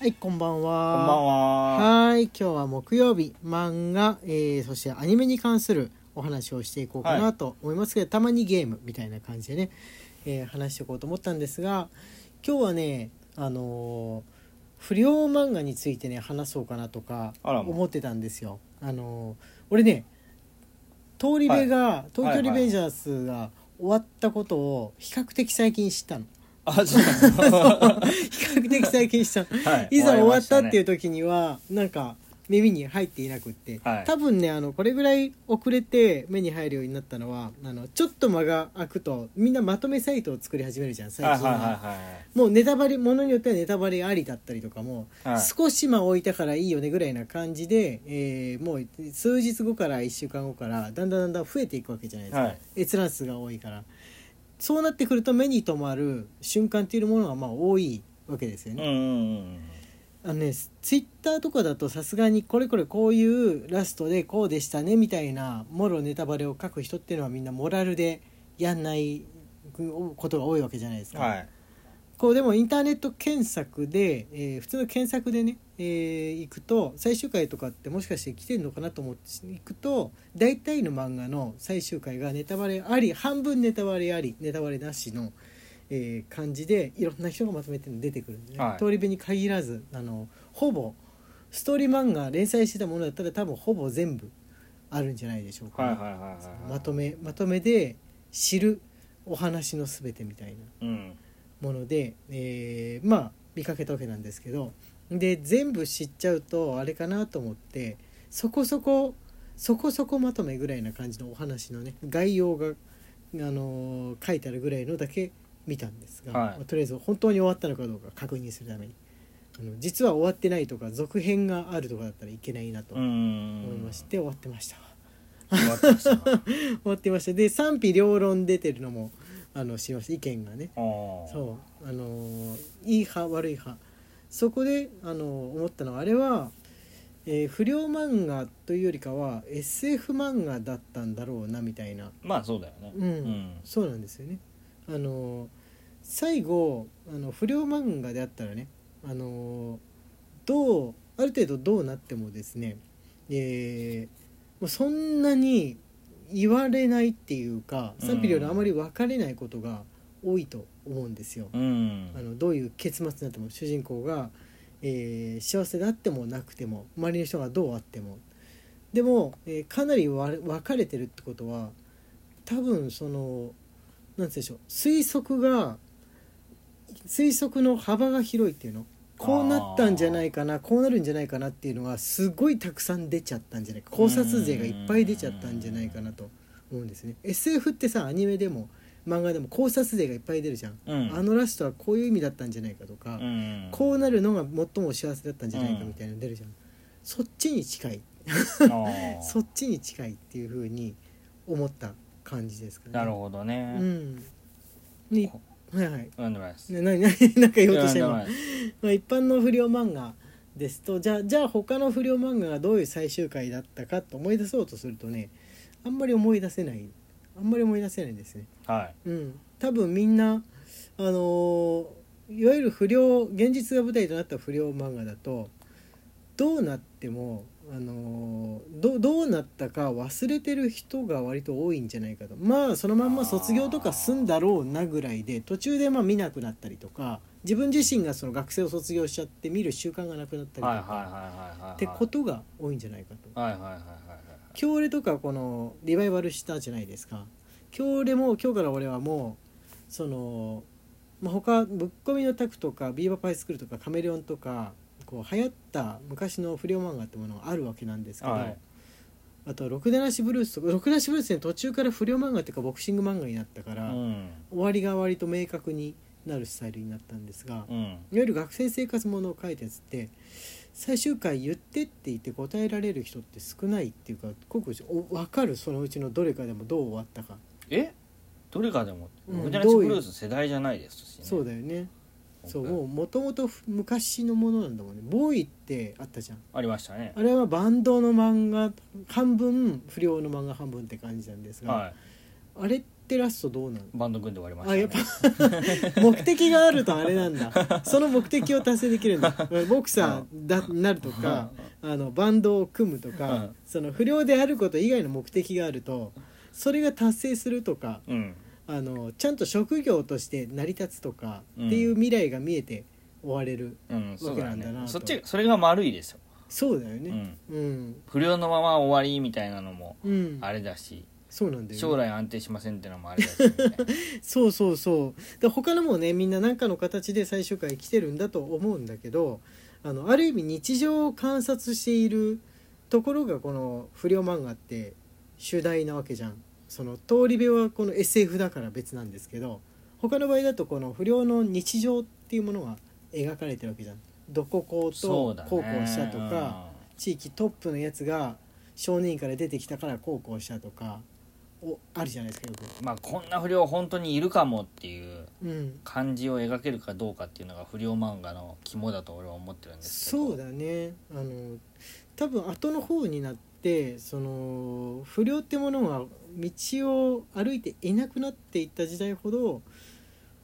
はい、こんばんこんばんは。は。はい、今日は木曜日、漫画、えーそしてアニメに関するお話をしていこうかはないと思いますけど、たまにゲームみたいな感じでね、えー話していこうと思ったんですが、今日はね、あのー不良漫画についてね話そうかなとかあらま思ってたんですよ。あのー俺ね、通り部が、東京リベンジャーズが終わったことを比較的最近知ったの。あ、そうなんですか。比較的最近知ったの。 はい。いざ終わったっていうう時にはなんか耳に入っていなくって、はい多分ねあのこれぐらい遅れて目に入るようになったのはあのちょっと間が空くとみんなまとめサイトを作り始めるじゃん最はいはい近は。もうネタバレものによってはネタバレありだったりとかも、はい少し間置いたからいいよねぐらいな感じで、えーもう数日後から1週間後からだんだんだんだん増えていくわけじゃないですか、はい閲覧数が多いからそうなってくると目に留まる瞬間っていうものがまあ多いわけですよねはい。うんうんうん。あのねツイッターとかだとさすがにこれこれこういうラストでこうでしたねみたいなもろネタバレを書く人っていうのはみんなモラルでやんないことが多いわけじゃないですか。はい。こうでもインターネット検索で、えー普通の検索でね、えー行くと最終回とかってもしかして来てんのかなと思って行くと大体の漫画の最終回がネタバレあり半分ネタバレありネタバレなしの、えー感じでいろんな人がまとめて出てくるんで、ねはい通り部に限らずあのほぼストーリー漫画連載してたものだったら多分ほぼ全部あるんじゃないでしょうかはいね、はいはいはい。まと。めまとめで知るお話の全てみたいな。うん。もので、えーまあ見かけたわけなんですけどで全部知っちゃうとあれかなと思ってそこそこそこそこまとめぐらいな感じのお話のね概要が、あのー書いてあるぐらいのだけ見たんですが、はいまあとりあえず本当に終わったのかどうか確認するためにあの実は終わってないとか続編があるとかだったらいけないなとう思ん。いまして、終わってました。 終わってました。あ終わってましたで賛否両論出てるのもあの知りました意見がねーそうあのーいい派悪い派そこで、あのー思ったのはあれは、えー不良漫画というよりかは SF 漫画だったんだろうなみたいな、まあそうだよね。うんそうなんですよね。あのー最後あの不良漫画であったらね、あのーどうある程度どうなってもですね、えーもうそんなに言われないっていうか賛否両論あまり分かれないことが多いと思うんですよ。うん。あのどういう結末になっても主人公が、えー幸せであってもなくても周りの人がどうあってもでも、えーかなりわ分かれてるってことは多分そのなんて言うんでしょう推測が推測の幅が広いっていうのこうなったんじゃないかなこうなるんじゃないかなっていうのがすごいたくさん出ちゃったんじゃないか考察勢がいっぱい出ちゃったんじゃないかなと思うんですね。SF ってさアニメでも漫画でも考察勢がいっぱい出るじゃん。うん。あのラストはこういう意味だったんじゃないかとか、うん。こうなるのが最も幸せだったんじゃないかみたいなの出るじゃん、そっちに近いあー。そっちに近いっていうふうに思った感じですかねなるほどうね。んにこはいはいなんでもないです。な 何何なんか言おうとしたや今、なんでもなまいですあ、一般の不良漫画ですとじゃあじゃあ他の不良漫画がどういう最終回だったかと思い出そうとするとねあんまり思い出せないあんまり思い出せないですねはい。うん、多分みんなあのーいわゆる不良現実が舞台となった不良漫画だとどうなっても、あのーどどうなったか忘れてる人が割と多いんじゃないかとまあそのまんま卒業とかすんだろうなぐらいで途中でまあ見なくなったりとか自分自身がその学生を卒業しちゃって見る習慣がなくなったりとか、はいはいはいはいはいはい。ってことが多いんじゃないかと。はいはいはいはいはい。京レとかこのリバイバルしたじゃないですか京レも今日から俺はもうその、まあ、他ぶっ込みのタクとかビーバーパイスクールとかカメレオンとかこう流行った昔の不良漫画ってものがあるわけなんですけど、はいあと「ろくでなしブルース」とか「ろくでなしブルース」ね途中から不良漫画っていうかボクシング漫画になったから、うん。終わりが割と明確になるスタイルになったんですが、うん。いわゆる学生生活ものを書いたやつって最終回言ってって言って答えられる人って少ないっていうかごくお分かるそのうちのどれかでもどう終わったか、えどれかでもうん僕たちどういブうルース世代じゃないですしねそうだよね僕そうもうもともと昔のものなんだもんねボーイってあったじゃんありましたねあれはバンドの漫画半分不良の漫画半分って感じなんですが、はあれってラストどうなのバンド組んで終わりまあやっした、ぱね、 目的があるとあれなんだその目的を達成でき るんだうんボクサーだなるとかあのバンドを組むとうかんその不良であること以外の目的があるとそれが達成するとかうんあのちゃんと職業として成り立つとかっていう未来が見えて終われる、うんそうだわけなんだなねとそっちそれが丸いですよ、そうだようねん、うん、不良のまま終わりみたいなのもうんあれだし、そうなんだよね、将来安定しませんってのもあれだしみ たいなそうそうそうで他のもねみんな何かの形で最終回来てるんだと思うんだけどあのある意味日常を観察しているところがこの不良漫画って主題なわけじゃんその通り部はこの SF だから別なんですけど他の場合だとこの不良の日常っていうものが描かれてるわけじゃんどここうそうとだねこうこうしたとか、地域トップのやつが少年院から出てきたからこうこうしたとかおあるじゃないですかようんまあこんな不良本当にいるかもっていうく。うん感じを描けるかどうかっていうのが不良漫画の肝だと俺は思ってるんですけどそうだねあの多分後の方になってその不良ってものが道を歩いていなくなっていった時代ほど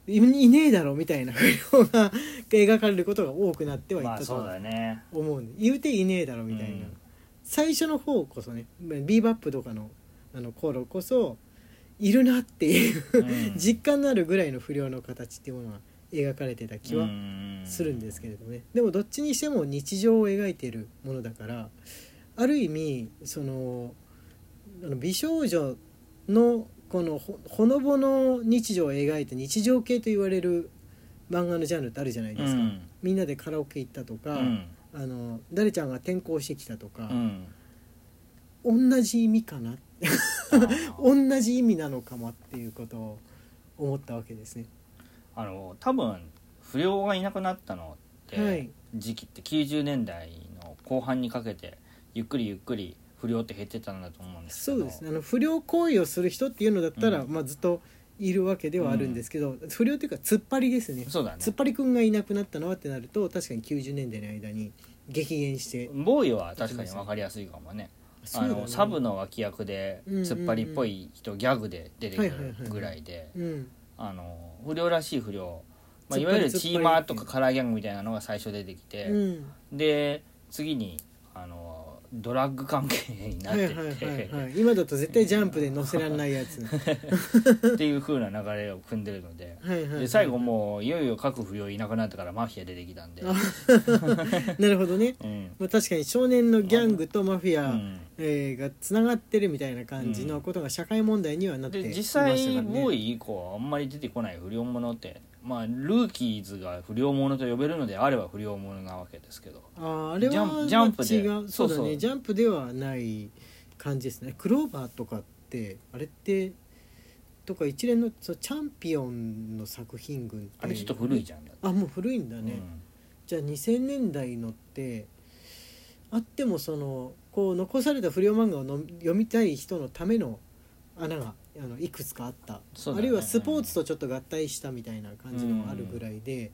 いいねえだろみたいな不 良が描かれることが多くなってはいまっあたそうとだね思うんで、言うていねえだろみたいな、うん最初の方こそねビーバップとかのあの頃こそいるなっていううん 実感のあるぐらいの不良の形っていうものが描かれてた気はするんですけれどねでもどっちにしても日常を描いているものだからある意味そのあの美少女のこのほほのぼの日常を描いた日常系と言われる漫画のジャンルってあるじゃないですか、うんみんなでカラオケ行ったとうか、んあの誰ちゃんが転校してきたとかう、ん同じ意味かな同じ意味なのかもっていうことを思ったわけですね。あの多分不良がいなくなったのって、はい時期って90年代の後半にかけてゆっくりゆっくり不良って減ってたんだと思うんですけどそうですねあの不良行為をする人っていうのだったら、うまあ、ずっといるわけではあるんですけど、不良というか突っ張りですねそうだね突っ張りくんがいなくなったのはってなると確かに90年代の間に激減してボーイは確かに分かりやすいかもねそうあだねのサブの脇役でうんうんうん突っ張りっぽい人ギャグで出てくるぐらいでうんあの不良らしい不良、まあ、突っ張りいわゆる突っ張りチーマーとかカラーギャングみたいなのが最初出てきて、うんで次にあのドラッグ関係になっはていっはいて、はいはい今だと絶対ジャンプで乗せられない やつはっていう風な流れを組んでるので。いはいはいで最後もういよいよ各不良いなくなってからマフィア出てきたんで、あなるほどね、うんまあ、確かに少年のギャングとマフィうア、ん、えーがつながってるみたいな感じのことが社会問題にはなっていでま実したから際ねボーイ以降はあんまり出てこない不良者ってまあルーキーズが不良者と呼べるのであれば不良者なわけですけどあーあれはジャンプジャンプで違うそうだねそうそうジャンプではない感じですねクローバーとかってあれってとか一連のそうチャンピオンの作品群ってあれちょっと古いじゃんだってあもう古いんだね、うんじゃあ2000年代のってあってもそのこう残された不良漫画をの読みたい人のための穴があのいくつかあった、そうあだねるいはスポーツとちょっと合体したみたいな感じのがあるぐらいで、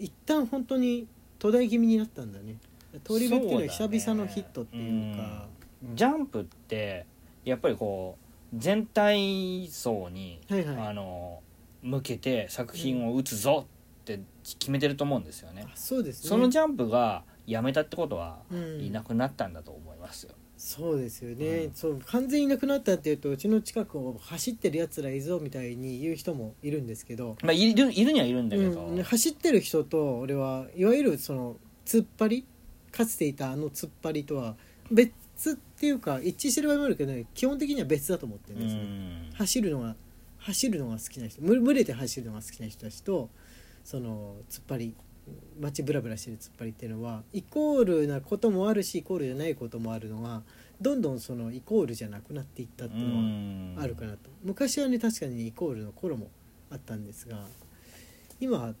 一旦本当に途絶え気味になったんだね通り部っていうのはそうだね久々のヒットっていうかジャンプってやっぱりこう全体層に、はいはいあの向けて作品を打つぞって決めてると思うんですよねあ、そうですねそのジャンプがやめたってことはうんいなくなったんだと思いますよ、そうですよね、うんそう完全にいなくなったっていうとうちの近くを走ってるやつらいぞみたいに言う人もいるんですけど、まあいるいるにはいるんだけど、うん、走ってる人と俺はいわゆるその突っ張りかつていたあの突っ張りとは別っていうか一致してる場合もあるけど、ね、基本的には別だと思ってるんですね、うん走るのが走るのが好きな人む群れて走るのが好きな人たちとその突っ張り街ブラブラしてる突っ張りっていうのはイコールなこともあるしイコールじゃないこともあるのがどんどんそのイコールじゃなくなっていったっていうのは、あるかなと昔はね確かにイコールの頃もあったんですが今は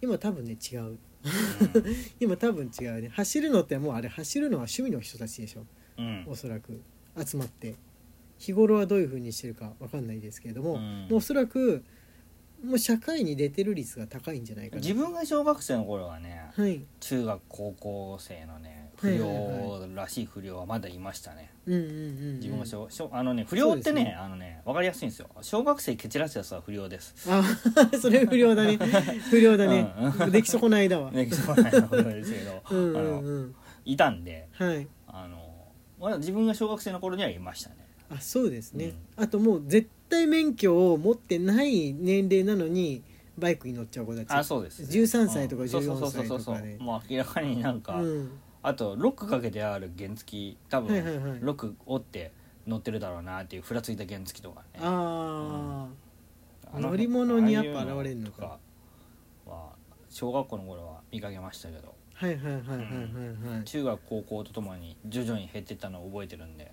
今多分ね違う今多分違うね走るのってもうあれ走るのは趣味の人たちでしょうんうんおそらく集まって日頃はどういう風にしてるかわかんないですけれども、うんおそらくもう社会に出てる率が高いんじゃないかな自分が小学生の頃はねはい中学高校生のねは不いはい良らしい不良はまだいましたねうんうんうんうん自分が小小あのね不良ってそうねですねあのね分かりやすいんですよ小学生蹴散らすやつは不良ですあそれ不良だね不良だねうんでき損ないだ わねそうなん不良ですけどあうんうんのうんいたんではいあのまだ自分が小学生の頃にはいましたねあそうですね、あともう絶対免許を持ってない年齢なのにバイクに乗っちゃう子たちあそうです13歳とうかんそう14歳そうとそうそうそかうねもう明らかになんか、うんあとロックかけてある原付多はいはい分はいロック折って乗ってるだろうなっていうふらついた原付とかねああの乗り物にやっぱ現れるのかああいうのとかは小学校の頃は見かけましたけどあはいはいはいはいはいはい中学高校とともに徐々に減ってったのを覚えてるんで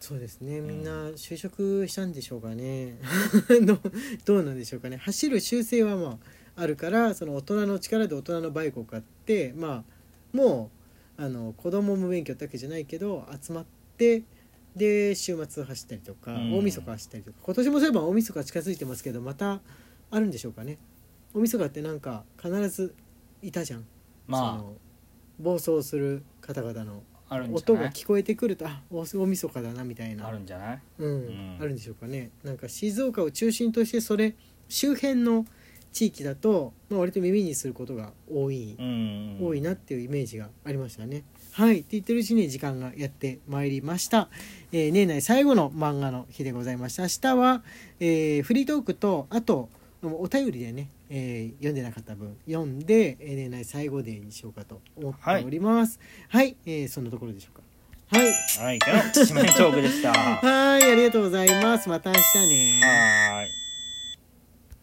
そうですねんみんな就職したんでしょうかね どどうなんでしょうかね走る習性はまああるからその大人の力で大人のバイクを買ってまあもうあの子供無免許ってわけじゃないけど集まってで週末走ったりとかうん大晦日走ったりとか今年もそういえば大晦日近づいてますけどまたあるんでしょうかね大晦日ってなんか必ずいたじゃん、そまの暴走する方々のああるんじゃ音ながい聞こえてくるとあ大大晦日だなみたいなあるんじゃないうんうんあるんでしょうかねなんか静岡を中心としてそれ周辺の地域だと、まあ、割と耳にすることが多い、うん多いなっていうイメージがありましたね。はいって言ってるうちに時間がやってまいりました、えー年内最後の漫画の日でございました明日は、えーフリートークとあとお便りでね、えー読んでなかった分読んで、えー年内最後デーにしようかと思っております。はい、えーそんなところでしょうか。はい はい、キャラッチ締めトークでした。ははい、ありがとうございます。また明日ね。ーい。